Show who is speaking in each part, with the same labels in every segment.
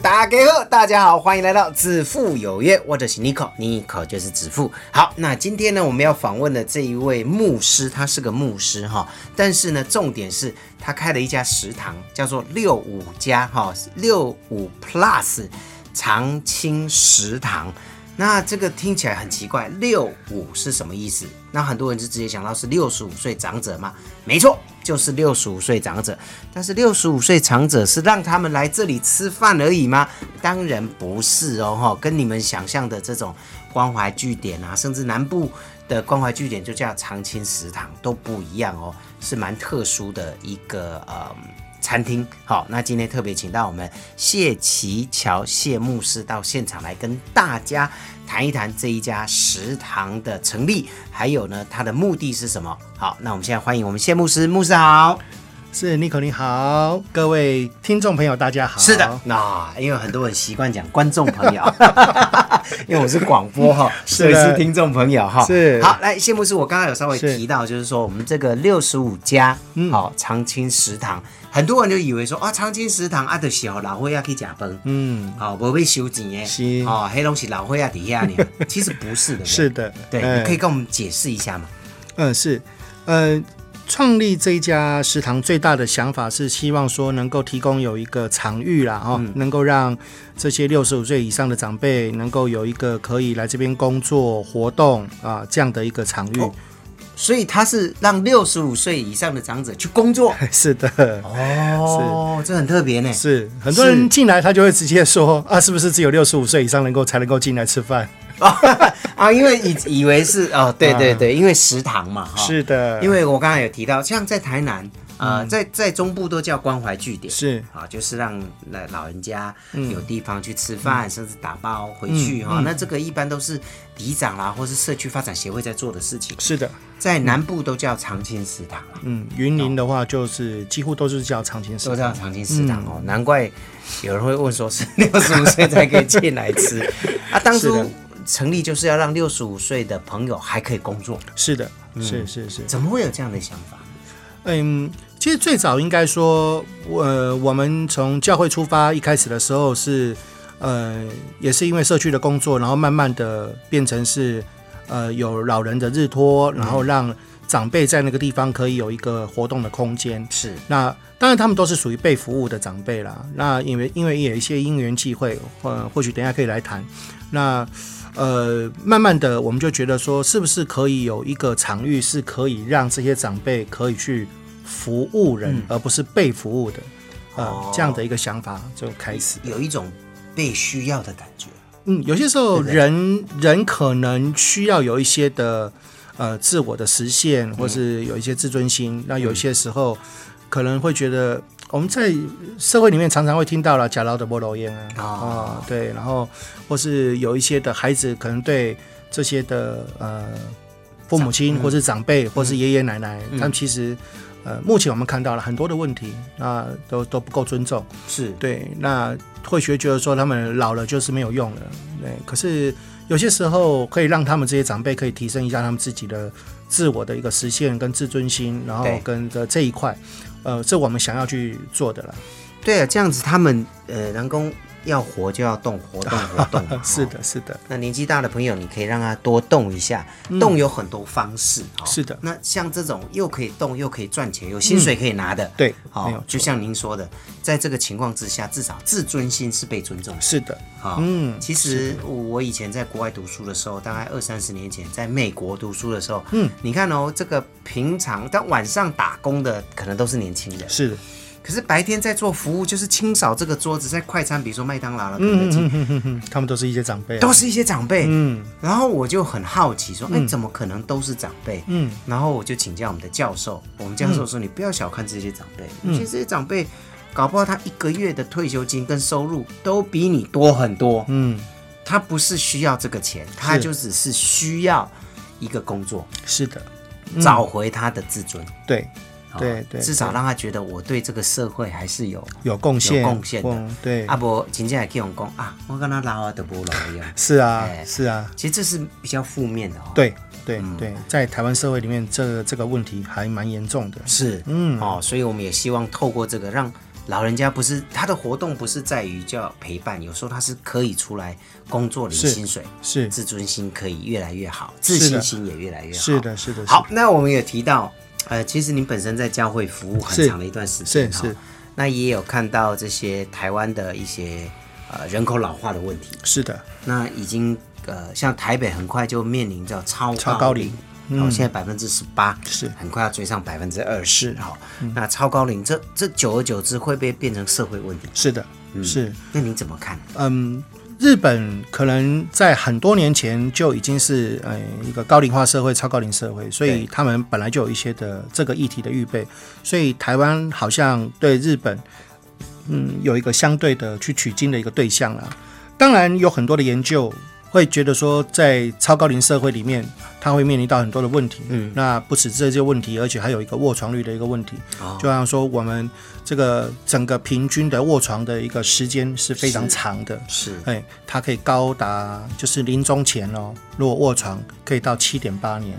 Speaker 1: 打给后，大家好，欢迎来到子父有约，我者是 Nico，Nico 就是子父。好，那今天呢，我们要访问的这一位牧师，他是个牧师哈，但是呢，重点是他开了一家食堂，叫做六五家哈，六五 Plus 长青食堂。那这个听起来很奇怪，六五是什么意思？那很多人就直接想到是六十五岁长者嘛，没错，就是六十五岁长者。但是六十五岁长者是让他们来这里吃饭而已吗？当然不是哦，哈，跟你们想象的这种关怀据点啊，甚至南部的关怀据点就叫长青食堂都不一样哦，是蛮特殊的一个呃。餐厅。好，那今天特别请到我们谢奇桥谢牧师到现场来跟大家谈一谈这一家食堂的成立，还有呢它的目的是什么。好，那我们现在欢迎我们谢牧师，牧师好。
Speaker 2: 是 n i c o 你好，各位听众朋友大家好。
Speaker 1: 是的，那、因为很多人习惯讲观众朋 友，因为我是广播哈，所
Speaker 2: 是
Speaker 1: 以
Speaker 2: 的
Speaker 1: 是听众朋友哈。
Speaker 2: 是
Speaker 1: 好，来谢牧师，我刚刚有稍微
Speaker 2: 是
Speaker 1: 提到，就是说我们这个六十五家
Speaker 2: 嗯
Speaker 1: 好长青食堂，很多人就以为说啊，长青食堂啊，就是哦老伙要去假崩，
Speaker 2: 嗯，
Speaker 1: 哦，无被收钱耶，
Speaker 2: 是
Speaker 1: 哦，黑东西老会啊底下 呢，其实不是的，
Speaker 2: 是，的，
Speaker 1: 对，
Speaker 2: 呃
Speaker 1: 你可以跟我们解释一下吗？
Speaker 2: 嗯，是，呃，创立这一家食堂最大的想法是希望说能够提供有一个场域啦，哦，
Speaker 1: 嗯
Speaker 2: 能够让这些六十五岁以上的长辈能够有一个可以来这边工作活动啊、这样的一个场域。
Speaker 1: 哦所以他是让六十五岁以上的长者去工 作，
Speaker 2: 是 的。
Speaker 1: 哦，这很特别呢，
Speaker 2: 是很多人进来，他就会直接说啊，是不是只有六十五岁以上能够才能够进来吃饭？
Speaker 1: 啊，因为以以为是哦，对对对，因为食堂嘛，哈，
Speaker 2: 啊是的，
Speaker 1: 因为我刚才有提到，像在台南，呃，在在中部都叫关怀据点，
Speaker 2: 是
Speaker 1: 啊，就是让老老人家嗯有地方去吃饭，甚至打包回去哈、那这个一般都是里长啦，或是社区发展协会在做的事情，
Speaker 2: 是的，
Speaker 1: 在南部都叫长青食堂啦，
Speaker 2: 嗯，云林的话就是几乎都是叫长青食
Speaker 1: 都叫
Speaker 2: 堂，
Speaker 1: 长青食堂哦，难怪有人会问说是六十五岁才可以进来 吃啊，当
Speaker 2: 是
Speaker 1: 初
Speaker 2: 的
Speaker 1: 成立就是要让六十五岁的朋友还可以工作，
Speaker 2: 是的，
Speaker 1: 嗯
Speaker 2: 是是是，
Speaker 1: 怎么会有这样的想法？
Speaker 2: 嗯，其实最早应该说，呃，我们从教会出发，一开始的时候是，呃，也是因为社区的工作，然后慢慢的变成是，呃，有老人的日托，
Speaker 1: 嗯
Speaker 2: 然后让长辈在那个地方可以有一个活动的空间，
Speaker 1: 是
Speaker 2: 那当然，他们都是属于被服务的长辈啦。那因为因为也有一些因缘际会，呃，或许等一下可以来谈。那呃，慢慢的我们就觉得说，是不是可以有一个场域是可以让这些长辈可以去服务人，而不是被服务的，呃，
Speaker 1: 哦
Speaker 2: 这样的一个想法就开始。
Speaker 1: 有一种被需要的感觉。
Speaker 2: 嗯，有些时候
Speaker 1: 对不对
Speaker 2: 人人可能需要有一些的呃自我的实现，或是有一些自尊心。那有些时候可能会觉得，我们在社会里面常常会听到了假老的菠萝烟啊，
Speaker 1: 哦
Speaker 2: 啊、对，然后或是有一些的孩子可能对这些的呃父母亲或是长辈、嗯或是爷爷奶奶，他们其实。呃，目前我们看到了很多的问题，那都都不够尊重。
Speaker 1: 是
Speaker 2: 对，那会学觉得说他们老了就是没有用了，对。可是有些时候可以让他们这些长辈可以提升一下他们自己的自我的一个实现跟自尊心，然后
Speaker 1: 对
Speaker 2: 跟的这一块，呃，这我们想要去做的了。。
Speaker 1: 对啊，这样子他们呃，南工要活就要动，活动活动嘛
Speaker 2: 呃 是
Speaker 1: 哦
Speaker 2: 的，是的，
Speaker 1: 那年纪大的朋友，你可以让他多动一下，动有很多方式。哦
Speaker 2: 嗯是的
Speaker 1: 那像这种又可以动又可以赚钱，有薪水可以拿的，
Speaker 2: 对没有
Speaker 1: 好，
Speaker 2: 错
Speaker 1: 就像您说的，在这个情况之下，至少自尊心是被尊重的。
Speaker 2: 是的，
Speaker 1: 好，
Speaker 2: 嗯
Speaker 1: 其实我以前在国外读书的时候，大概二三十年前，在美国读书的时候，嗯，你看哦，这个平常但晚上打工的可能都是年轻人，
Speaker 2: 是的，
Speaker 1: 可是白天在做服务，就是清扫这个桌子，在快餐，比如说麦当
Speaker 2: 嗯
Speaker 1: 劳了、肯德基，
Speaker 2: 他们都是一些长辈啊、
Speaker 1: 都是一些长辈。
Speaker 2: 嗯
Speaker 1: 然后我就很好奇，说，哎，怎么可能都是长辈？
Speaker 2: 嗯，
Speaker 1: 然后我就请教我们的教授，我们教授说，你不要小看这些长辈，
Speaker 2: 嗯
Speaker 1: 有些这些长辈，搞不好他一个月的退休金跟收入都比你多很多。
Speaker 2: 嗯，
Speaker 1: 他不是需要这个钱，他就只是需要一个工作，
Speaker 2: 是的，
Speaker 1: 找回他的自尊，
Speaker 2: 对，
Speaker 1: 哦
Speaker 2: 嗯对对
Speaker 1: 至少
Speaker 2: 对
Speaker 1: 让他觉得我对这个社会还是有
Speaker 2: 有贡献，
Speaker 1: 有贡献的
Speaker 2: 嗯对，
Speaker 1: 啊，不，真正也可以用讲啊，我跟他老啊都不容易。
Speaker 2: 是啊
Speaker 1: 哎，
Speaker 2: 是啊，
Speaker 1: 其实这是比较负面的哦。，
Speaker 2: 对对对，在台湾社会里面，这这个问题还蛮严重的。
Speaker 1: 是，嗯，哦，所以我们也希望透过这个，让老人家不是他的活动不是在于叫陪伴，有时候他是可以出来工作领
Speaker 2: 是
Speaker 1: 薪水，
Speaker 2: 是
Speaker 1: 自尊心可以越来越好，自
Speaker 2: 是的
Speaker 1: 信心也越来越好。
Speaker 2: 是的，是的，
Speaker 1: 好，
Speaker 2: 是的，
Speaker 1: 那我们有提到，呃，其实您本身在教会服务很
Speaker 2: 是
Speaker 1: 长的一段时间，
Speaker 2: 是
Speaker 1: 哈
Speaker 2: 是
Speaker 1: 那也有看到这些台湾的一些呃人口老化的问题，
Speaker 2: 是的，
Speaker 1: 那已经呃，像台北很快就面临着超
Speaker 2: 超高龄嗯
Speaker 1: 龄，然后现在百分之十八
Speaker 2: 是
Speaker 1: 很快要追上百分之二十哈。那超高龄这这久而久之会被变成社会问题，
Speaker 2: 是的，是。
Speaker 1: 那你怎么看？
Speaker 2: 嗯，日本可能在很多年前就已经是呃一个高龄化社会、超高龄社会，所以
Speaker 1: 对
Speaker 2: 他们本来就有一些的这个议题的预备，所以台湾好像对日本，嗯，有一个相对的去取经的一个对象啦。当然有很多的研究会觉得说，在超高龄社会里面，它会面临到很多的问题。嗯，那不止这些问题，而且还有一个卧床率的一个问题。
Speaker 1: 哦
Speaker 2: 就像说我们这个整个平均的卧床的一个时间是非常长的。
Speaker 1: 是
Speaker 2: 哎，它可以高达就是临终前哦，如果卧床可以到七点八年。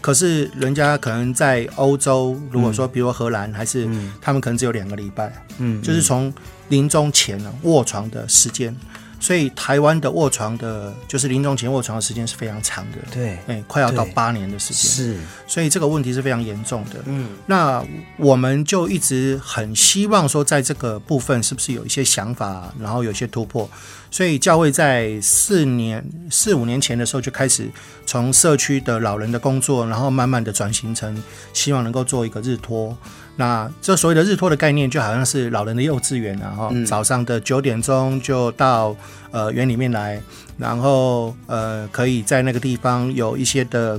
Speaker 2: 可是人家可能在欧洲，如果说比如说荷兰，还是他们可能只有两个礼拜，嗯，就是从临终前呢卧床的时间。所以台湾的卧床的，就是临终前卧床的时间是非常长的，
Speaker 1: 对
Speaker 2: 哎，快要到
Speaker 1: 对
Speaker 2: 八年的时间。
Speaker 1: 是
Speaker 2: 所以这个问题是非常严重的。嗯，那我们就一直很希望说，在这个部分是不是有一些想法，然后有一些突破。所以教会在四年、四五年前的时候就开始从社区的老人的工作，然后慢慢的转型成希望能够做一个日托。那这所谓的日托的概念，就好像是老人的幼稚园啊，然后早上的九点钟就到呃园里面来，然后呃可以在那个地方有一些的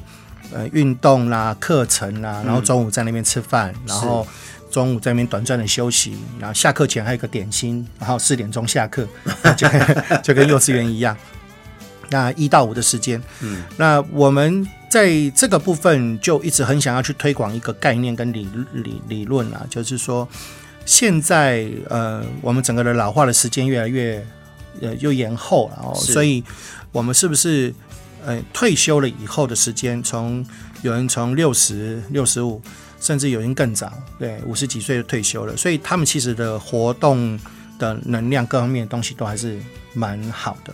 Speaker 2: 呃运动啦、课程啦，然后中午在那边吃饭，然后中午在那边短暂的休息，然后下课前还有一个点心，然后四点钟下课，就 跟就跟幼稚园一样。那一到五的时间，嗯，那我们在这个部分就一直很想要去推广一个概念跟理理理论啊，就是说，现在呃，我们整个的老化的时间越来越呃又延后了哦，
Speaker 1: 是
Speaker 2: 所以我们是不是呃退休了以后的时间，从有人从六十六十五，甚至有人更早，对，五十几岁就退休了，所以他们其实的活动的能量各方面的东西都还是蛮好的，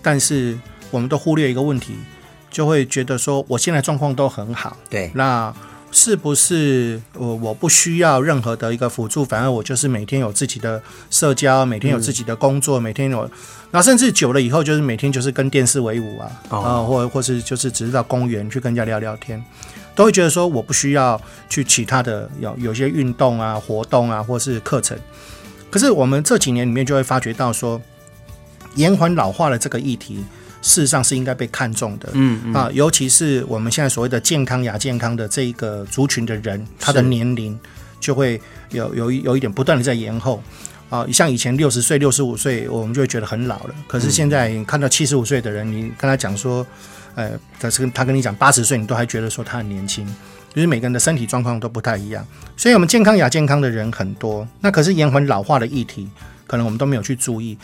Speaker 2: 但是我们都忽略一个问题，就会觉得说我现在状况都很好，
Speaker 1: 对
Speaker 2: 那是不是我我不需要任何的一个辅助，反而我就是每天有自己的社交，每天有自己的工作，每天有，
Speaker 1: 嗯
Speaker 2: 然后甚至久了以后，就是每天就是跟电视为伍啊，啊、
Speaker 1: 哦
Speaker 2: 或或是就是只是到公园去跟人家聊聊天，都会觉得说我不需要去其他的有有些运动啊、活动啊，或是课程。可是我们这几年里面就会发觉到说，延缓老化的这个议题，事实上是应该被看重的。嗯啊，尤其是我们现在所谓的健康、亚健康的这一个族群的人，他的年龄就会有有一有一点不断的在延后。啊，像以前六十岁、六十五岁，我们就会觉得很老了。可是现在你看到七十五岁的人，你跟他讲说，呃，他是跟他跟你讲八十岁，你都还觉得说他很年轻。就是每个人的身体状况都不太一样，所以我们健康亚健康的人很多，那可是延缓老化的议题，可能我们都没有去注意。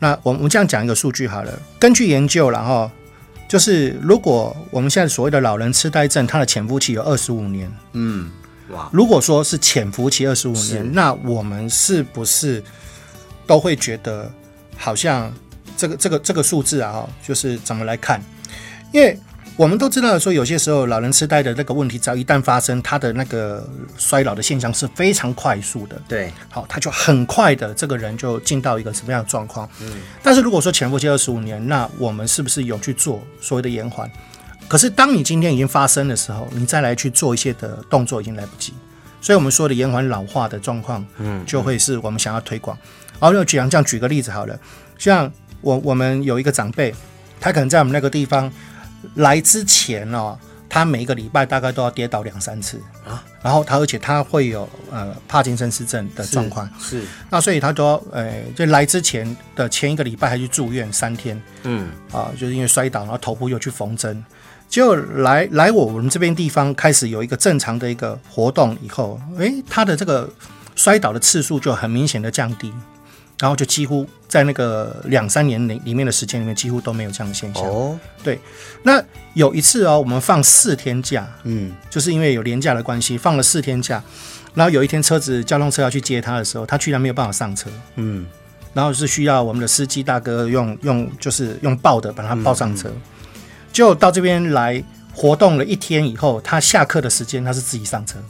Speaker 2: 那我们我们这样讲一个数据好了，根据研究然后就是如果我们现在所谓的老人痴呆症，它的潜伏期有二十五年，
Speaker 1: 哇，
Speaker 2: 如果说是潜伏期二十五年，那我们是不是都会觉得好像这个这个这个数字啊，哦就是怎么来看？因为我们都知道说，有些时候老人痴呆的那个问题，只要一旦发生，他的那个衰老的现象是非常快速的。
Speaker 1: 对
Speaker 2: 好，他就很快的这个人就进到一个什么样的状况。嗯，但是如果说潜伏期二十五年，那我们是不是有去做所谓的延缓？可是当你今天已经发生的时候，你再来去做一些的动作，已经来不及。所以我们说的延缓老化的状况，嗯，就会是我们想要推广。然后就举这样举个例子好了，像我我们有一个长辈，他可能在我们那个地方来之前哦，他每一个礼拜大概都要跌倒两三次啊，然后他而且他会有呃帕金森氏症的状况，
Speaker 1: 是
Speaker 2: 那所以他都要呃就来之前的前一个礼拜还去住院三天，
Speaker 1: 嗯
Speaker 2: 啊，就是因为摔倒，然后头部又去缝针。就来来我们这边地方开始有一个正常的一个活动以后，诶，他的这个摔倒的次数就很明显的降低，然后就几乎在那个两三年里里面的时间里面，几乎都没有这样的现象。
Speaker 1: 哦，
Speaker 2: 对，那有一次哦，我们放四天假，
Speaker 1: 嗯，
Speaker 2: 就是因为有廉价的关系，放了四天假。然后有一天车子交通车要去接他的时候，他居然没有办法上车。嗯，然后是需要我们的司机大哥用用就是用抱的把他抱上车。就到这边来活动了一天以后，他下课的时间他是自己上车，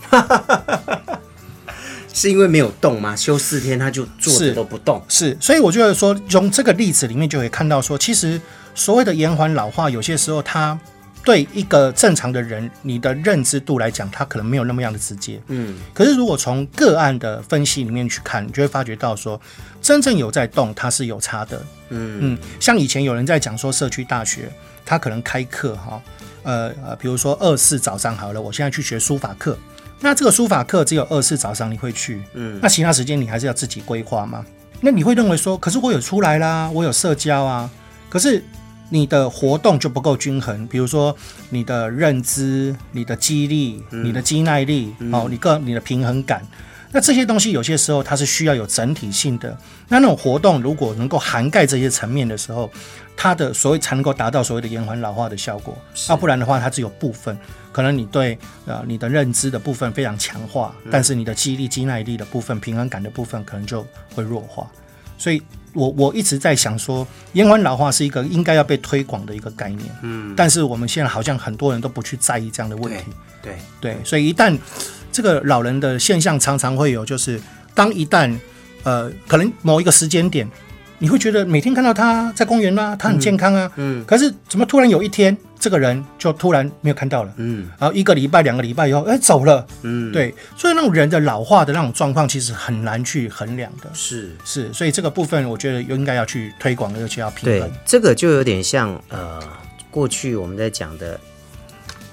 Speaker 1: 是因为没有动吗？休四天他就坐着
Speaker 2: 是
Speaker 1: 都不动，
Speaker 2: 是。所以我觉得说，从这个例子里面就可以看到说，其实所谓的延缓老化，有些时候他。对一个正常的人，你的认知度来讲，他可能没有那么样的直接。
Speaker 1: 嗯，
Speaker 2: 可是如果从个案的分析里面去看，你就会发觉到说，真正有在动，它是有差的。嗯嗯，像以前有人在讲说社区大学，它可能开课哈，呃呃，比如说二四早上好了，我现在去学书法课，那这个书法课只有二四早上你会去，嗯，那其他时间你还是要自己规划嘛。那你会认为说，可是我有出来啦，我有社交啊，可是你的活动就不够均衡，比如说你的认知、你的肌力、你的肌耐力，哦，你个你的平衡感，那这些东西有些时候它是需要有整体性的。那那种活动如果能够涵盖这些层面的时候，它的所谓才能够达到所谓的延缓老化的效果。要不然的话，它只有部分，可能你对呃你的认知的部分非常强化，但是你的肌力、肌耐力的部分、平衡感的部分可能就会弱化。所以我我一直在想说，延缓老化是一个应该要被推广的一个概念，嗯，但是我们现在好像很多人都不去在意这样的问题，
Speaker 1: 对，
Speaker 2: 对，所以一旦这个老人的现象常常会有，就是当一旦呃，可能某一个时间点，你会觉得每天看到他在公园啦、他很健康啊，
Speaker 1: 嗯
Speaker 2: 可是怎么突然有一天，这个人就突然没有看到了，
Speaker 1: 嗯
Speaker 2: 然后一个礼拜、两个礼拜以后，哎，走了，
Speaker 1: 嗯，，
Speaker 2: 对，所以那种人的老化的那种状况，其实很难去衡量的，
Speaker 1: 是。
Speaker 2: 是，所以这个部分我觉得应该要去推广，尤其要平
Speaker 1: 对
Speaker 2: 衡。，
Speaker 1: 这个就有点像呃，过去我们在讲的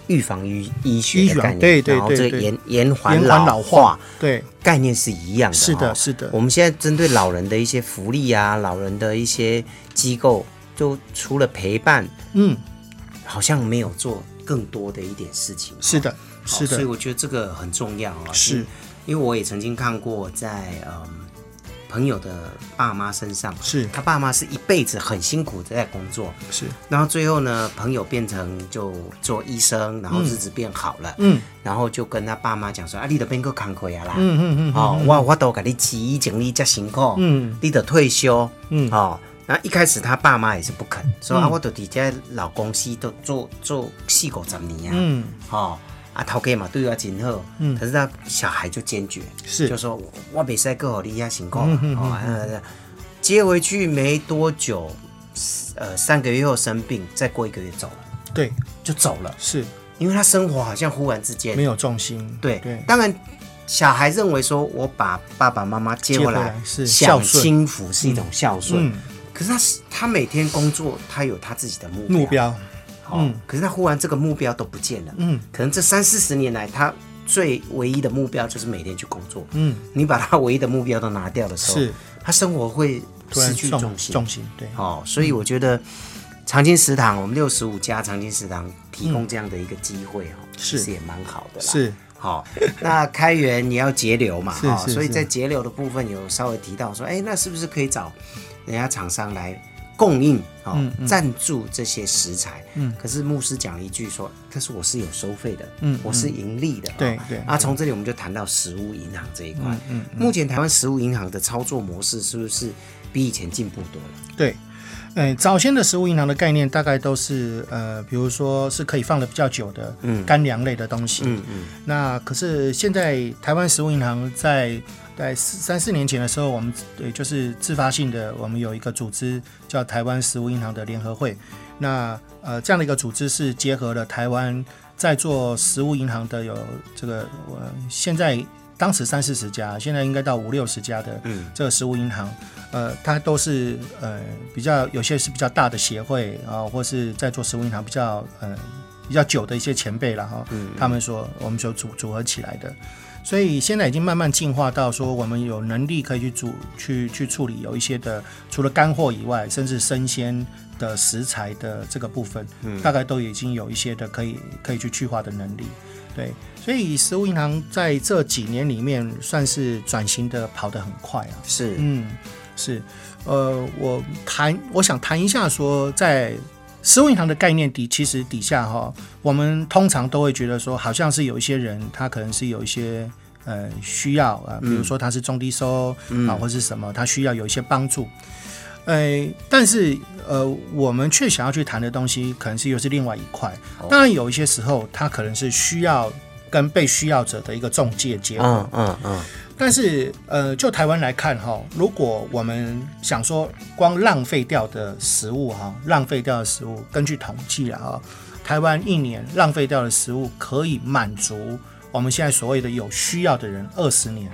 Speaker 1: 预防医医
Speaker 2: 医
Speaker 1: 学
Speaker 2: 学
Speaker 1: 的概念，
Speaker 2: 对对
Speaker 1: 然后
Speaker 2: 对
Speaker 1: 这个
Speaker 2: 对
Speaker 1: 延延缓
Speaker 2: 延缓老化，对，
Speaker 1: 概念是一样的、
Speaker 2: 是的
Speaker 1: 哦
Speaker 2: 是的
Speaker 1: 我们现在针对老人的一些福利啊，老人的一些机构，就除了陪伴，
Speaker 2: 嗯，
Speaker 1: 好像没有做更多的一点事情。
Speaker 2: 是的，
Speaker 1: 哦，
Speaker 2: 是
Speaker 1: 所以
Speaker 2: 的，
Speaker 1: 我觉得这个很重要啊、哦。
Speaker 2: 是
Speaker 1: 因为，因为我也曾经看过在嗯朋友的爸妈身上，
Speaker 2: 是
Speaker 1: 他爸妈是一辈子很辛苦的在工作，
Speaker 2: 是，
Speaker 1: 然后最后呢，朋友变成就做医生，然后日子变好了，
Speaker 2: 嗯
Speaker 1: 然后就跟他爸妈讲说：“啊，你得变个工课啊啦，
Speaker 2: 嗯嗯嗯，
Speaker 1: 哦，我我都给你饲以前你才辛苦，
Speaker 2: 嗯
Speaker 1: 你得退休，
Speaker 2: 嗯
Speaker 1: 哦。”然后一开始他爸妈也是不肯，说、啊，我都底家老公司都做做四五十年啊，
Speaker 2: 嗯，
Speaker 1: 哦，啊，头家嘛对我真好，
Speaker 2: 嗯
Speaker 1: 可是他小孩就坚决，
Speaker 2: 是嗯
Speaker 1: 就说我我没在够好你遐辛苦啊，哦，啊啊啊接回去没多久，呃，三个月后生病，再过一个月走了，
Speaker 2: 对，
Speaker 1: 就走了，
Speaker 2: 是
Speaker 1: 因为他生活好像忽然之间
Speaker 2: 没有重心，
Speaker 1: 对
Speaker 2: 对，
Speaker 1: 当然。小孩认为说，我把爸爸妈妈接回
Speaker 2: 接回
Speaker 1: 来
Speaker 2: 来是
Speaker 1: 享
Speaker 2: 孝顺
Speaker 1: 清福是一种孝顺，
Speaker 2: 嗯
Speaker 1: 可是他是他每天工作，他有他自己的目
Speaker 2: 目标
Speaker 1: 哦
Speaker 2: 嗯
Speaker 1: 可是他忽然这个目标都不见了，
Speaker 2: 嗯，
Speaker 1: 可能这三四十年来，他最唯一的目标就是每天去工作，
Speaker 2: 嗯，
Speaker 1: 你把他唯一的目标都拿掉的时候，
Speaker 2: 是
Speaker 1: 他生活会
Speaker 2: 突
Speaker 1: 失
Speaker 2: 然
Speaker 1: 去
Speaker 2: 重
Speaker 1: 重心，
Speaker 2: 重嗯心，对，
Speaker 1: 哦，所以我觉得长青食堂，我们六十五家长青食堂提供这样的一个机会哦，
Speaker 2: 是
Speaker 1: 其实也蛮好的啦，
Speaker 2: 是
Speaker 1: 好，那开源也要节流嘛，
Speaker 2: 是
Speaker 1: 哈、
Speaker 2: 是
Speaker 1: 所以
Speaker 2: 是
Speaker 1: 在节流的部分有稍微提到说，哎，那是不是可以找人家厂商来供应哦，
Speaker 2: 嗯
Speaker 1: 赞助这些食材？嗯，可是牧师讲了一句说，可是我是有收费的，嗯，我是盈利的，
Speaker 2: 对
Speaker 1: 哦
Speaker 2: 对
Speaker 1: 啊，从这里我们就谈到食物银行这一块，嗯，目前台湾食物银行的操作模式是不是比以前进步多了？
Speaker 2: 对。呃，早先的食物银行的概念大概都是呃，比如说是可以放的比较久的，嗯，干粮类的东西，
Speaker 1: 嗯嗯，
Speaker 2: 那可是现在台湾食物银行在在四三四年前的时候，我们对就是自发性的，我们有一个组织叫台湾食物银行的联合会。那呃，这样的一个组织是结合了台湾在做食物银行的有这个我、呃、现在当时三四十家，现在应该到五六十家的
Speaker 1: 嗯
Speaker 2: 这个食物银行，呃，它都是呃比较有些是比较大的协会啊、或是在做食物银行比较呃比较久的一些前辈了哈，他们所我们所组组合起来的。所以现在已经慢慢进化到说，我们有能力可以去煮、去去处理有一些的，除了干货以外，甚至生鲜的食材的这个部分，大概都已经有一些的可以可以去去化的能力。对，所以食物银行在这几年里面算是转型的跑得很快啊。
Speaker 1: 是，
Speaker 2: 嗯，是，呃，我谈，我想谈一下说，在食物银行的概念底，其实底下哈，我们通常都会觉得说，好像是有一些人，他可能是有一些呃需要啊、呃比如说他是中低收、啊，或是什么，他需要有一些帮助。呃，但是呃，我们却想要去谈的东西，可能是又是另外一块。当然，有一些时候，他可能是需要跟被需要者的一个中介结合。
Speaker 1: 嗯嗯嗯，
Speaker 2: 但是，呃，就台湾来看哈、如果我们想说光浪费掉的食物哈、浪费掉的食物，根据统计啊、哈台湾一年浪费掉的食物可以满足我们现在所谓的有需要的人二十年，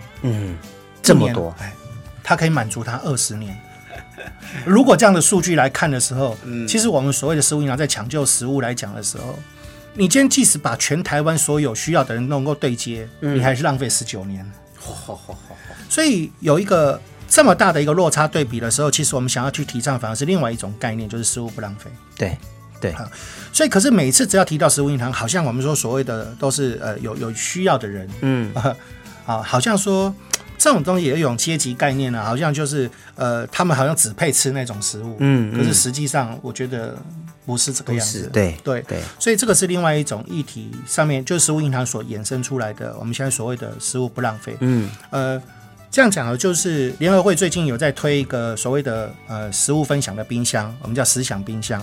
Speaker 1: 这
Speaker 2: 一
Speaker 1: 么
Speaker 2: 年
Speaker 1: 多，
Speaker 2: 哎，它可以满足他二十年。 如果这样的数据来看的时候，
Speaker 1: 嗯
Speaker 2: 其实我们所谓的食物银行在抢救食物来讲的时候，你今天即使把全台湾所有需要的人能够对接，
Speaker 1: 嗯
Speaker 2: 你还是浪费十 九年。所以有一个这么大的一个落差对比的时候，其实我们想要去提倡反而是另外一种概念，就是食物不浪费。
Speaker 1: 对对，
Speaker 2: 所以，可是每次只要提到食物银行，好像我们说所谓的都是呃有有需要的人，嗯， 啊，好像说这种东西也有一种阶级概念呢、啊，好像就是呃他们好像只配吃那种食物，
Speaker 1: 嗯
Speaker 2: 可是实际上我觉得不是这个样
Speaker 1: 不
Speaker 2: 子
Speaker 1: 是，对
Speaker 2: 对
Speaker 1: 对
Speaker 2: 所以这个是另外一种议题，上面就是食物银行所衍生出来的，我们现在所谓的食物不浪费，嗯，呃。这样讲呢，就是联合会最近有在推一个所谓的呃食物分享的冰箱，我们叫食享冰箱。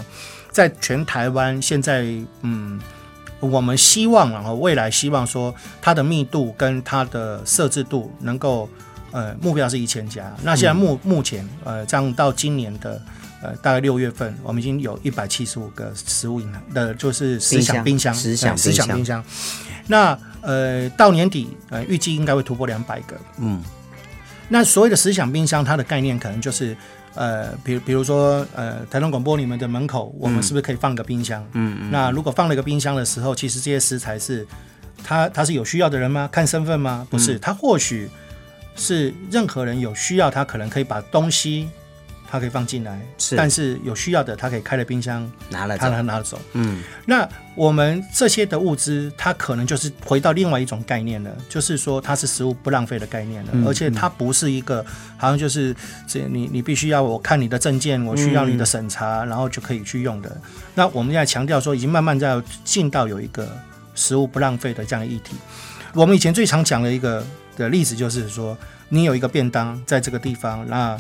Speaker 2: 在全台湾现在，嗯，我们希望，然后未来希望说它的密度跟它的设置度能够，呃，目标是一千家。那现在目、目前，呃，这样到今年的。呃，大概六月份，我们已经有一百七十五个食物银行的，就是十享冰
Speaker 1: 冰
Speaker 2: 箱，
Speaker 1: 箱
Speaker 2: 十
Speaker 1: 十享
Speaker 2: 十享
Speaker 1: 冰
Speaker 2: 冰箱。那呃，到年底，呃，预计应该会突破两百个。
Speaker 1: 嗯，
Speaker 2: 那所谓的十响冰箱，它的概念可能就是，呃，比如比如说，呃，台东广播你们的门口，我们是不是可以放个冰箱？嗯嗯。那如果放了一个冰箱的时候，其实这些食材是，他他是有需要的人吗？看身份吗？不是，他或许是任何人有需要，他可能可以把东西，他可以放进来。
Speaker 1: 是
Speaker 2: 但是有需要的，他可以开了冰箱，
Speaker 1: 拿了
Speaker 2: 他
Speaker 1: 这
Speaker 2: 拿
Speaker 1: 个，
Speaker 2: 拿走。
Speaker 1: 嗯，
Speaker 2: 那我们这些的物资，它可能就是回到另外一种概念了，就是说它是食物不浪费的概念了，
Speaker 1: 嗯
Speaker 2: 而且它不是一个好像就是这你你必须要我看你的证
Speaker 1: 嗯
Speaker 2: 件，我需要你的审查，然后就可以去用的。那我们现在强调说，已经慢慢在进到有一个食物不浪费的这样的议题。我们以前最常讲的一个的例子就是说，你有一个便当在这个地方，那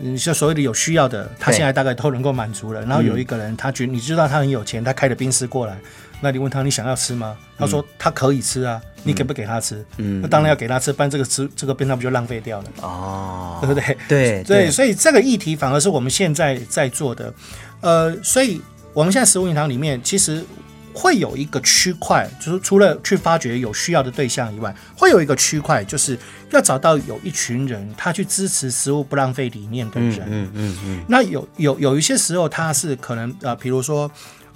Speaker 2: 你说所谓的有需要的，他
Speaker 1: 对
Speaker 2: 现在大概都能够满足了。然后有一个人，他觉你知道他很有钱，他开了冰室过来，那你问他你想要吃吗？
Speaker 1: 嗯
Speaker 2: 他说他可以吃啊，你给不给他吃？嗯，那当然要给他吃，不然这个吃这个便当不就浪费掉了，
Speaker 1: 哦，
Speaker 2: 对不对？
Speaker 1: 对
Speaker 2: 对，所以这个议题反而是我们现在在做的，呃，所以我们现在食物银行里面其实会有一个区块，就是除了去发掘有需要的对象以外，会有一个区块，就是要找到有一群人，他去支持食物不浪费理念的人。
Speaker 1: 嗯嗯嗯，
Speaker 2: 那有有有一些时候，他是可能呃，比如说。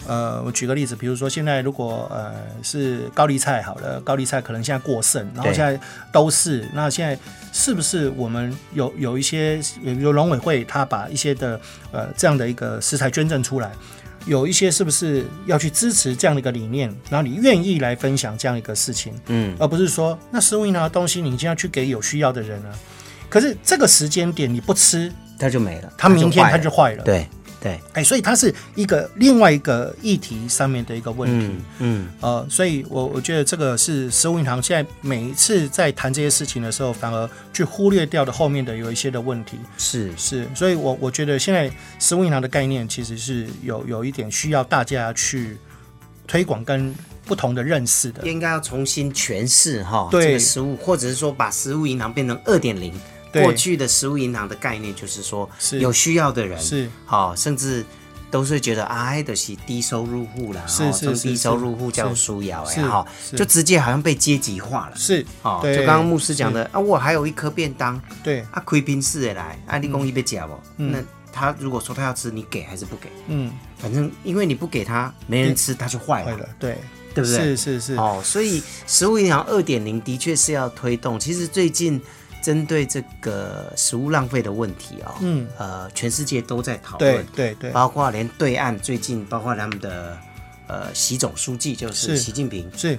Speaker 2: 呃，我举个例子，比如说现在如果呃是高丽菜好了，高丽菜可能现在过剩，然后
Speaker 1: 对
Speaker 2: 现在都是，那现在是不是我们有有一些，比如农委会他把一些的呃这样的一个食材捐赠出来，有一些是不是要去支持这样的一个理念，然后你愿意来分享这样一个事情，嗯，而不是说那食物银行的东西你一定要去给有需要的人啊，可是这个时间点你不吃，
Speaker 1: 它就没了，
Speaker 2: 它明天
Speaker 1: 坏
Speaker 2: 它
Speaker 1: 了
Speaker 2: 就坏了。，
Speaker 1: 对对，
Speaker 2: 哎，所以它是一个另外一个议题上面的一个问题。
Speaker 1: 嗯嗯，
Speaker 2: 呃，所以我我觉得这个是食物银行现在每一次在谈这些事情的时候，反而去忽略掉的后面的有一些的问题。
Speaker 1: 是
Speaker 2: 是，所以我我觉得现在食物银行的概念其实是有有一点需要大家去推广跟不同的认识的。
Speaker 1: 应该要重新诠释哈，
Speaker 2: 对
Speaker 1: 这个食物，或者是说把食物银行变成二点零。
Speaker 2: 对
Speaker 1: 过去的食物银行的概念就是说，
Speaker 2: 是
Speaker 1: 有需要的人
Speaker 2: 是
Speaker 1: 好、甚至都是觉得啊，的是低收入户啦，
Speaker 2: 是
Speaker 1: 哦
Speaker 2: 是
Speaker 1: 这种
Speaker 2: 是
Speaker 1: 低收入户
Speaker 2: 是
Speaker 1: 叫输瑶
Speaker 2: 是
Speaker 1: 哎哈，
Speaker 2: 是
Speaker 1: 就直接好像被阶级化了。
Speaker 2: 是，
Speaker 1: 哦，
Speaker 2: 对
Speaker 1: 就刚刚牧师讲的啊，我还有一颗便当
Speaker 2: 是，对，
Speaker 1: 啊，亏宾士的来，啊，你公一被夹不？
Speaker 2: 嗯
Speaker 1: 那他如果说他要吃，你给还是不给？
Speaker 2: 嗯，
Speaker 1: 反正因为你不给他，没人吃，他就坏
Speaker 2: 会
Speaker 1: 了。
Speaker 2: 的，对，
Speaker 1: 对不对？
Speaker 2: 是是是，
Speaker 1: 哦，所以食物营养二点零的确是要推动。其实最近针对这个食物浪费的问题哦，
Speaker 2: 嗯，
Speaker 1: 呃，全世界都在讨
Speaker 2: 对
Speaker 1: 论，
Speaker 2: 对对，
Speaker 1: 包括连对岸最近，包括他们的呃习总书记就是
Speaker 2: 是
Speaker 1: 习近平，
Speaker 2: 是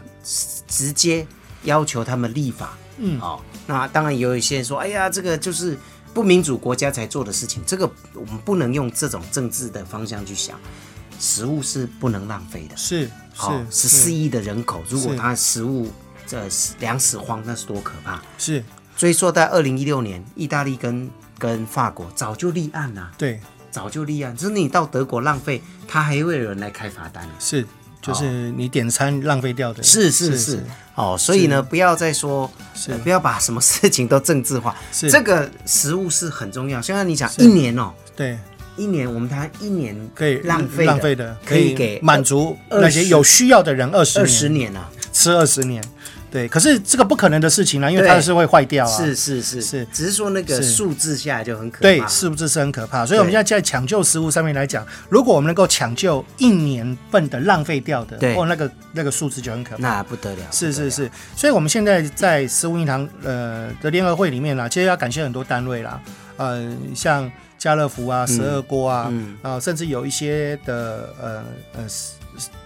Speaker 1: 直接要求他们立法。
Speaker 2: 嗯
Speaker 1: 哦，那当然也有一些人说，哎呀，这个就是不民主国家才做的事情，这个我们不能用这种政治的方向去想，食物是不能浪费的。
Speaker 2: 是
Speaker 1: 好，
Speaker 2: 是
Speaker 1: 哦十四亿的人口，如果
Speaker 2: 是
Speaker 1: 他食物这粮食荒，那是多可怕！
Speaker 2: 是，
Speaker 1: 追溯到二零一六年，意大利跟跟法国早就立案啦、
Speaker 2: 对，
Speaker 1: 早就立案。就是你到德国浪费，他还会有人来开罚单。
Speaker 2: 是就是你点餐浪费掉的，
Speaker 1: 哦是是是，哦，所以呢，不要再说，
Speaker 2: 是
Speaker 1: 呃不要把什么事情都政治化。
Speaker 2: 是
Speaker 1: 这个食物是很重要。像刚才你讲，一年哦，
Speaker 2: 对，
Speaker 1: 一年我们谈一年
Speaker 2: 可以
Speaker 1: 浪费
Speaker 2: 浪费的，
Speaker 1: 可以给
Speaker 2: 满足
Speaker 1: 二
Speaker 2: 那些有需要的人二十
Speaker 1: 二十
Speaker 2: 年
Speaker 1: 年啊。
Speaker 2: 吃二十年，对，可是这个不可能的事情啊啦，因为
Speaker 1: 对
Speaker 2: 它是会坏掉啊，
Speaker 1: 是是是
Speaker 2: 是
Speaker 1: 只是说那个
Speaker 2: 是
Speaker 1: 数字下来就很可怕。
Speaker 2: 对，是不是是很可怕？所以我们
Speaker 1: 对
Speaker 2: 现在在抢救食物上面来讲，如果我们能够抢救一年份的浪费掉的，
Speaker 1: 对
Speaker 2: 哦，那个那个数字就很可怕。
Speaker 1: 那不得了。
Speaker 2: 是
Speaker 1: 不得
Speaker 2: 是
Speaker 1: 了，
Speaker 2: 是，所以我们现在在食物银行呃的联合会里面啦，其实要感谢很多单位啦，呃，像家乐福啊、十二锅啊，
Speaker 1: 嗯
Speaker 2: 啊、甚至有一些的呃呃，是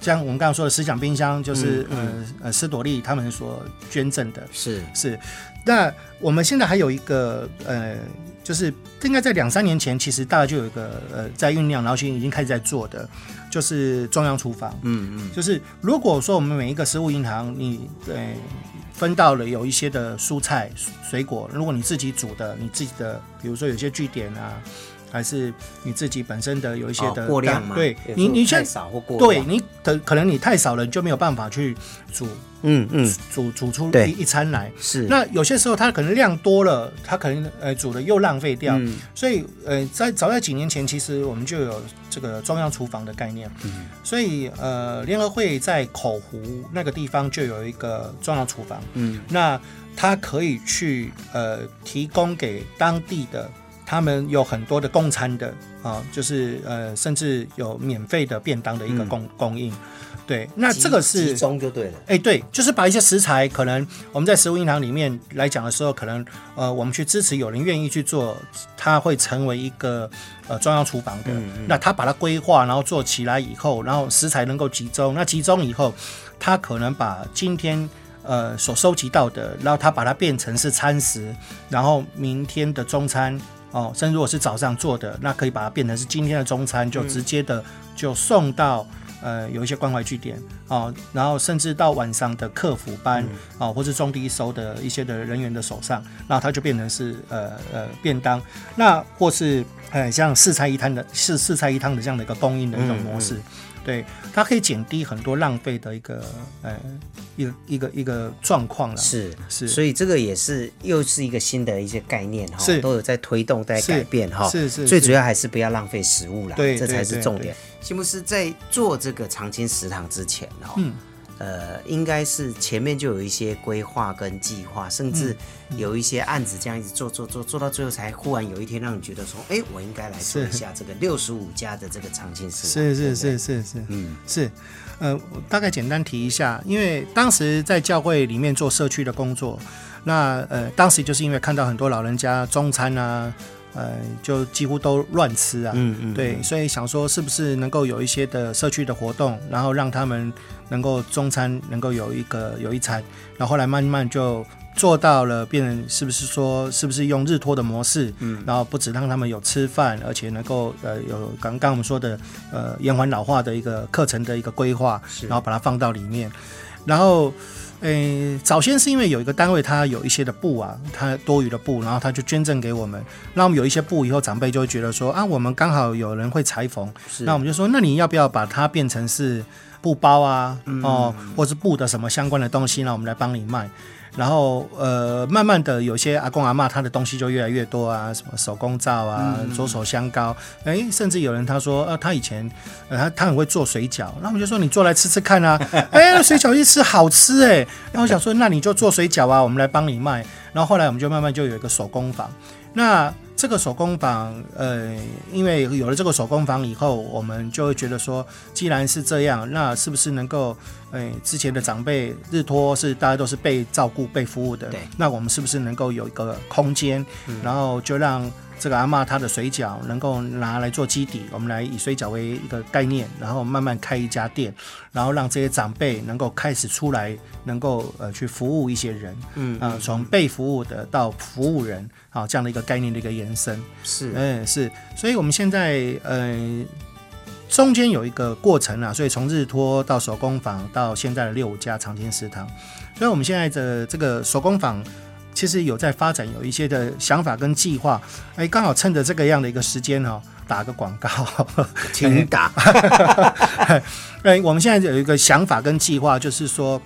Speaker 2: 像我们刚刚说的思想冰箱，就是、呃呃斯朵利他们所捐赠的，
Speaker 1: 是
Speaker 2: 是，那我们现在还有一个呃，就是应该在两三年前，其实大家就有一个呃在酝酿，然后现在已经开始在做的，就是中央厨房。
Speaker 1: 嗯嗯，
Speaker 2: 就是如果说我们每一个食物银行，你呃分到了有一些的蔬菜、水果，如果你自己煮的，你自己的，比如说有些据点啊，还是你自己本身的有一些
Speaker 1: 哦
Speaker 2: 的、
Speaker 1: 过量嘛，
Speaker 2: 对
Speaker 1: 有时候
Speaker 2: 你你
Speaker 1: 太
Speaker 2: 现
Speaker 1: 少或过
Speaker 2: 对
Speaker 1: 量，
Speaker 2: 你可可能你太少了，你就没有办法去煮
Speaker 1: 嗯嗯
Speaker 2: 煮煮出
Speaker 1: 对
Speaker 2: 一一餐来。
Speaker 1: 是
Speaker 2: 那有些时候它可能量多了，它可能呃煮的又浪费掉，
Speaker 1: 嗯
Speaker 2: 所以呃在早在几年前，其实我们就有这个中央厨房的概念，
Speaker 1: 嗯
Speaker 2: 所以呃联合会在口湖那个地方就有一个中央厨房，
Speaker 1: 嗯
Speaker 2: 那它可以去呃提供给当地的。他们有很多的供餐的啊、就是呃，甚至有免费的便当的一个供、供应，对，那这个
Speaker 1: 嗯集
Speaker 2: 是
Speaker 1: 中就对了，
Speaker 2: 哎，对，就是把一些食材，可能我们在食物银行里面来讲的时候，可能呃，我们去支持有人愿意去做，它会成为一个呃中央厨房的。那他把它规划，然后做起来以后，然后食材能够集中，那集中以后，他可能把今天。呃，所收集到的，然后他把它变成是餐食，然后明天的中餐哦，甚至如果是早上做的，那可以把它变成是今天的中餐，就直接的就送到呃有一些关怀据点哦，然后甚至到晚上的客服班哦，或是中低收的一些的人员的手上，然后它就变成是呃呃便当，那或是呃像四菜一汤的四四菜一汤的这样的一个供应的一种模式。对，它可以减低很多浪费的一个呃一个一个一个状况了。
Speaker 1: 啊是
Speaker 2: 是
Speaker 1: 所以这个也是又是一个新的一些概念哈，
Speaker 2: 是
Speaker 1: 都有在推动在
Speaker 2: 是
Speaker 1: 改变哈，
Speaker 2: 是是
Speaker 1: 最
Speaker 2: 是
Speaker 1: 主要还是不要浪费食物啦，
Speaker 2: 对
Speaker 1: 这才
Speaker 2: 对
Speaker 1: 是
Speaker 2: 对
Speaker 1: 重
Speaker 2: 对
Speaker 1: 点。新牧师在做这个长青食堂之前哈，
Speaker 2: 嗯
Speaker 1: 呃，应该是前面就有一些规划跟计划，甚至有一些案子这样一直做做做做到最后，才忽然有一天让你觉得说，哎，我应该来做
Speaker 2: 是
Speaker 1: 一下这个六十五家的这个长青食堂，
Speaker 2: 是
Speaker 1: 啊对
Speaker 2: 是
Speaker 1: 不对
Speaker 2: 是，是是，
Speaker 1: 嗯，
Speaker 2: 是，呃，我大概简单提一下，因为当时在教会里面做社区的工作，那呃，当时就是因为看到很多老人家中餐啊，呃，就几乎都乱吃啊，
Speaker 1: 嗯嗯，
Speaker 2: 对，所以想说是不是能够有一些的社区的活动，然后让他们能够中餐能够有一个有一餐，然后后来慢慢就做到了，变成是不是说是不是用日托的模式，嗯，然后不止让他们有吃饭，而且能够呃有刚刚我们说的呃延缓老化的一个课程的一个规划，然后把它放到里面，然后。诶，早先是因为有一个单位，它有一些的布啊，它多余的布，然后他就捐赠给我们。那我们有一些布以后，长辈就会觉得说啊，我们刚好有人会裁缝，
Speaker 1: 是
Speaker 2: 那我们就说，那你要不要把它变成是布包啊，哦，或是布的什么相关的东西，那我们来帮你卖。然后呃，慢慢的有些阿公阿嬷他的东西就越来越多啊，什么手工皂啊、左手香膏，哎，甚至有人他说，呃，他以前呃他他很会做水饺，那我们就说你做来吃吃看啊， 哎，那水饺一吃好吃哎、然后我想说，那你就做水饺啊，我们来帮你卖。然后后来我们就慢慢就有一个手工坊，那这个手工坊，呃，因为有了这个手工坊以后，我们就会觉得说，既然是这样，那是不是能够，呃，之前的长辈日托是大家都是被照顾、被服务的，
Speaker 1: 对
Speaker 2: 那我们是不是能够有一个空间，然后就让这个阿嬷她的水饺能够拿来做基底，我们来以水饺为一个概念，然后慢慢开一家店，然后让这些长辈能够开始出来，能够呃去服务一些人，嗯啊、从被服务的到服务人，啊、这样的一个概念的一个延伸，
Speaker 1: 是，
Speaker 2: 嗯是，所以我们现在呃中间有一个过程啊，所以从日托到手工坊到现在的六五家长青食堂，所以我们现在的这个手工坊。其实有在发展，有一些的想法跟计划，哎，刚好趁着这个样的一个时间哦，打个广告，
Speaker 1: 请打，
Speaker 2: 哎，我们现在有一个想法跟计划，就是说，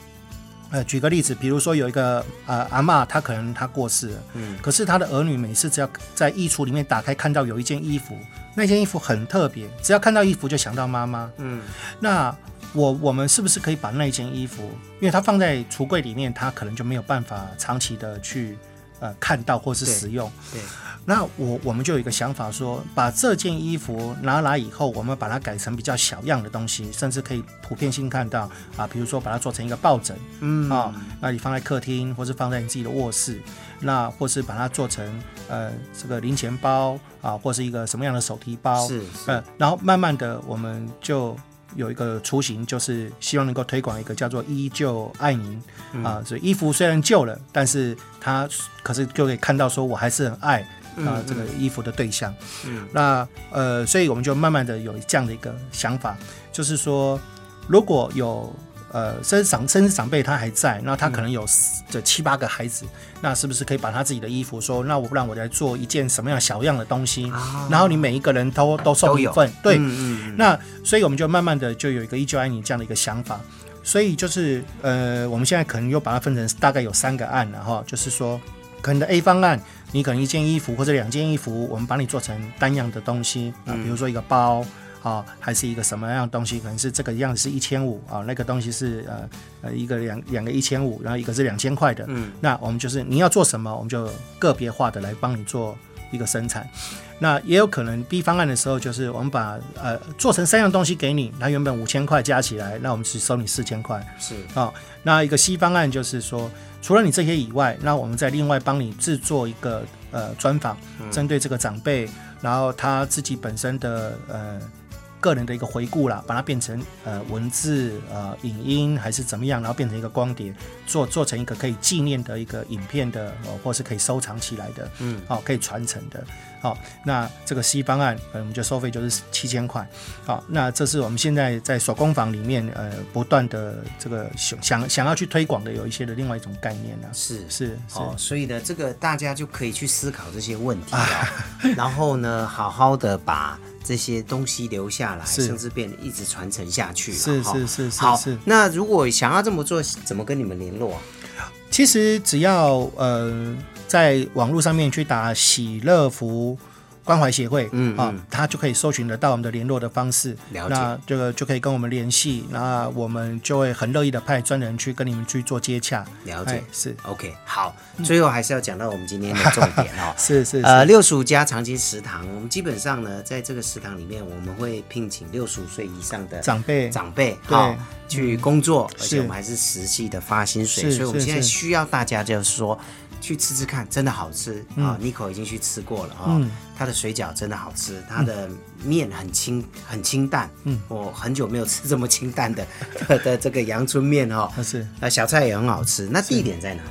Speaker 2: 呃，举个例子，比如说有一个呃阿嬷，她可能她过世了，嗯，可是她的儿女每次只要在衣橱里面打开，看到有一件衣服，那件衣服很特别，只要看到衣服就想到妈妈，嗯，那。我我们是不是可以把那件衣服，因为它放在橱柜里面，它可能就没有办法长期的去呃看到或是
Speaker 1: 对
Speaker 2: 使用。
Speaker 1: 对，
Speaker 2: 那我我们就有一个想法说，把这件衣服拿来以后，我们把它改成比较小样的东西，甚至可以普遍性看到啊，比如说把它做成一个抱枕，嗯啊、那你放在客厅，或是放在你自己的卧室，那或是把它做成呃这个零钱包啊，或是一个什么样的手提包，
Speaker 1: 是是
Speaker 2: 呃，然后慢慢的我们就。有一个雏形，就是希望能够推广一个叫做“依旧爱您”啊，所以衣服虽然旧了，但是它可是就可以看到说我还是很爱啊、这个衣服的对象。嗯，那呃，所以我们就慢慢的有这样的一个想法，就是说如果有呃，甚至长甚至长辈他还在，那他可能有四这七八个孩子，那是不是可以把他自己的衣服说，那我不然我来做一件什么样小样的东西，然后你每一个人都都
Speaker 1: 啊都
Speaker 2: 送一
Speaker 1: 有
Speaker 2: 份，对，
Speaker 1: 嗯嗯
Speaker 2: 那所以我们就慢慢的就有一个依旧爱你这样的一个想法，所以就是呃，我们现在可能又把它分成大概有三个案了哈，就是说可能的 A 方案，你可能一件衣服或者两件衣服，我们把你做成单样的东西啊，比如说一个包。啊，还是一个什么样的东西？可能是这个样子是一千五啊，那个东西是呃呃一个两两个一千五，然后一个是两千块的。嗯，那我们就是你要做什么，我们就个别化的来帮你做一个生产。那也有可能 B 方案的时候，就是我们把呃做成三样东西给你，那原本五千块加起来，那我们只收你四千块
Speaker 1: 是
Speaker 2: 啊、那一个 C 方案就是说，除了你这些以外，那我们再另外帮你制作一个呃专访，针对这个长辈，然后他自己本身的呃个人的一个回顾啦，把它变成呃文字、呃影音还是怎么样，然后变成一个光碟，做做成一个可以纪念的一个影片的，呃、或是可以收藏起来的，嗯，哦，可以传承的，好、那这个 C 方案，呃，我们就收费就是七千块，好、那这是我们现在在手工坊里面，呃，不断的这个想想想要去推广的有一些的另外一种概念呢、啊，
Speaker 1: 是
Speaker 2: 是是，
Speaker 1: 哦，所以呢，这个大家就可以去思考这些问题 啊、然后呢，好好的把这些东西留下来，
Speaker 2: 是
Speaker 1: 甚至变得一直传承下去啦。啊
Speaker 2: 是
Speaker 1: 哈
Speaker 2: 是是是
Speaker 1: 好
Speaker 2: 是，
Speaker 1: 那如果想要这么做，怎么跟你们联络啊？
Speaker 2: 其实只要呃在网络上面去打喜乐福关怀协会，嗯啊，它就可以搜寻得到我们的联络的方式，
Speaker 1: 了解
Speaker 2: 那这个就可以跟我们联系，那我们就会很乐意的派专人去跟你们去做接洽。
Speaker 1: 了解
Speaker 2: 哎是。
Speaker 1: OK，好，最后还是要讲到我们今天的重点哦
Speaker 2: 嗯 是是
Speaker 1: 呃，
Speaker 2: 是，
Speaker 1: 六十五家长期食堂，我们基本上呢，在这个食堂里面，我们会聘请六十五岁以上的
Speaker 2: 长辈
Speaker 1: 长辈
Speaker 2: 对
Speaker 1: 哈、去工作，而
Speaker 2: 是
Speaker 1: 且我们还是实际的发薪水，
Speaker 2: 是
Speaker 1: 所以我们
Speaker 2: 是
Speaker 1: 现在
Speaker 2: 是
Speaker 1: 需要大家就是说去吃吃看，真的好吃啊、n i c o 已经去吃过了啊、
Speaker 2: 嗯
Speaker 1: 他的水饺真的好吃，他的面很清很清淡，嗯，我很久没有吃这么清淡的的这个阳春面哦，
Speaker 2: 那是
Speaker 1: 那小菜也很好吃。那地点在哪里？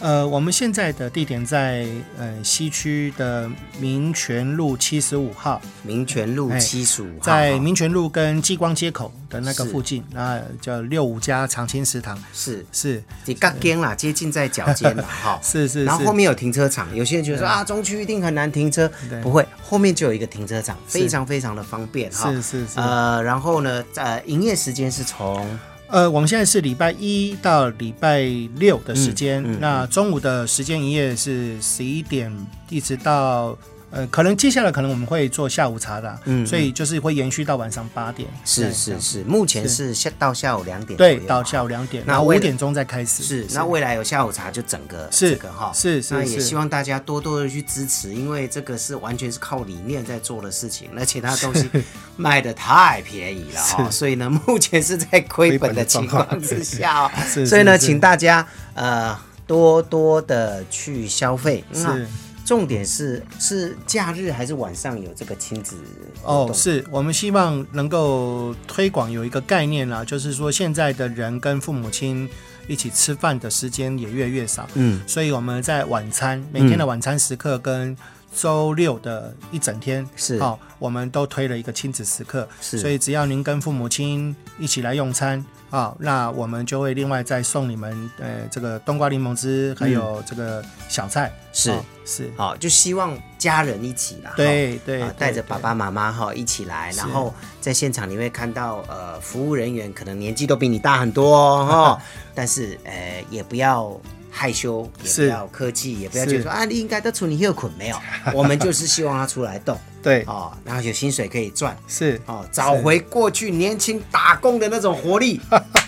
Speaker 2: 呃，我们现在的地点在呃西区的民权路七十五号，
Speaker 1: 民权路
Speaker 2: 哎
Speaker 1: 七十五号，
Speaker 2: 在
Speaker 1: 哈
Speaker 2: 民权路跟激光街口的那个
Speaker 1: 是
Speaker 2: 附近，那叫六五家长青食堂，
Speaker 1: 是
Speaker 2: 是。
Speaker 1: 你嘎间啦，接近在脚尖了哈
Speaker 2: 是是，
Speaker 1: 然后
Speaker 2: 是
Speaker 1: 后面有停车场，有些人觉得说啊，中区一定很难停车，
Speaker 2: 对
Speaker 1: 不会，后面就有一个停车场，非常非常的方便哈。
Speaker 2: 是是是
Speaker 1: 呃，然后呢，呃，营业时间是从
Speaker 2: 呃，我们现在是礼拜一到礼拜六
Speaker 1: 嗯
Speaker 2: 的时间，那中午的时间营业是十一点一直到呃，可能接下来可能我们会做下午茶的，嗯，所以就是会延续到晚上八点，
Speaker 1: 是
Speaker 2: 对这
Speaker 1: 是
Speaker 2: 样
Speaker 1: 是，目前是下到下午两点左右
Speaker 2: 对
Speaker 1: 嘛，，
Speaker 2: 到下午两点，
Speaker 1: 那
Speaker 2: 然后
Speaker 1: 为
Speaker 2: 五
Speaker 1: 了
Speaker 2: 点钟再开始，
Speaker 1: 是，那未来有下午茶就整个
Speaker 2: 是
Speaker 1: 这个哈，
Speaker 2: 是是
Speaker 1: 那也
Speaker 2: 是
Speaker 1: 希望大家多多的去支持，因为这个是完全是靠理念在做的事情，而且它东西 卖的太便宜了哈，所以呢，目前是在亏本的情况之下哦，
Speaker 2: 是
Speaker 1: 所以呢，
Speaker 2: 是
Speaker 1: 请大家呃多多的去消费，
Speaker 2: 是
Speaker 1: 那重点是是假日还是晚上有这个亲子活
Speaker 2: 哦
Speaker 1: 动，
Speaker 2: 是我们希望能够推广有一个概念啦，就是说现在的人跟父母亲一起吃饭的时间也越来越少，
Speaker 1: 嗯，
Speaker 2: 所以我们在晚餐每天的晚餐时刻跟周六的一整天
Speaker 1: 是
Speaker 2: 哦，我们都推了一个亲子时刻，
Speaker 1: 是
Speaker 2: 所以只要您跟父母亲一起来用餐啊、那我们就会另外再送你们呃这个冬瓜柠檬汁，还有这个小菜，
Speaker 1: 嗯是
Speaker 2: 哦是，
Speaker 1: 好、就希望家人一起啦，
Speaker 2: 对
Speaker 1: 哈
Speaker 2: 对
Speaker 1: 啊
Speaker 2: 对
Speaker 1: 带着爸爸妈妈哈一起来，然后在现场你会看到呃，服务人员可能年纪都比你大很多哦哈、 但是呃也不要。害羞也不
Speaker 2: 是
Speaker 1: 要客气，也不要
Speaker 2: 是
Speaker 1: 觉得说啊，你应该都处你又捆没有， 我们就是希望他出来动
Speaker 2: 对，
Speaker 1: 哦，然后有薪水可以赚
Speaker 2: 是
Speaker 1: 哦，找回过去年轻打工的那种活 力，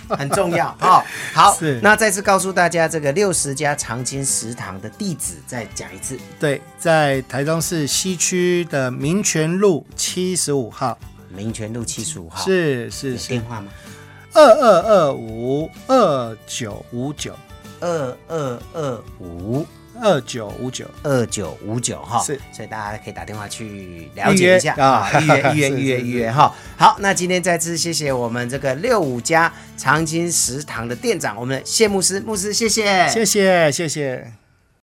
Speaker 1: 很重要哦。好
Speaker 2: 是，
Speaker 1: 那再次告诉大家，这个六十家长青食堂的地址再讲一次，
Speaker 2: 对，在台中市西区的民权路七十五号，
Speaker 1: 民权路七十五号，
Speaker 2: 是是
Speaker 1: 有电
Speaker 2: 是，
Speaker 1: 话吗？
Speaker 2: 二二二五二九五九
Speaker 1: 二二二五
Speaker 2: 二九五九，
Speaker 1: 二九五九哈，
Speaker 2: 是，
Speaker 1: 所以大家可以打电话去了解一下
Speaker 2: 预约啊
Speaker 1: 预约预 约
Speaker 2: 是
Speaker 1: 预约
Speaker 2: 是
Speaker 1: 预约哈。好，那今天再次谢谢我们这个六五家长青食堂的店长，我们的谢牧师，牧师谢谢，
Speaker 2: 谢谢谢谢。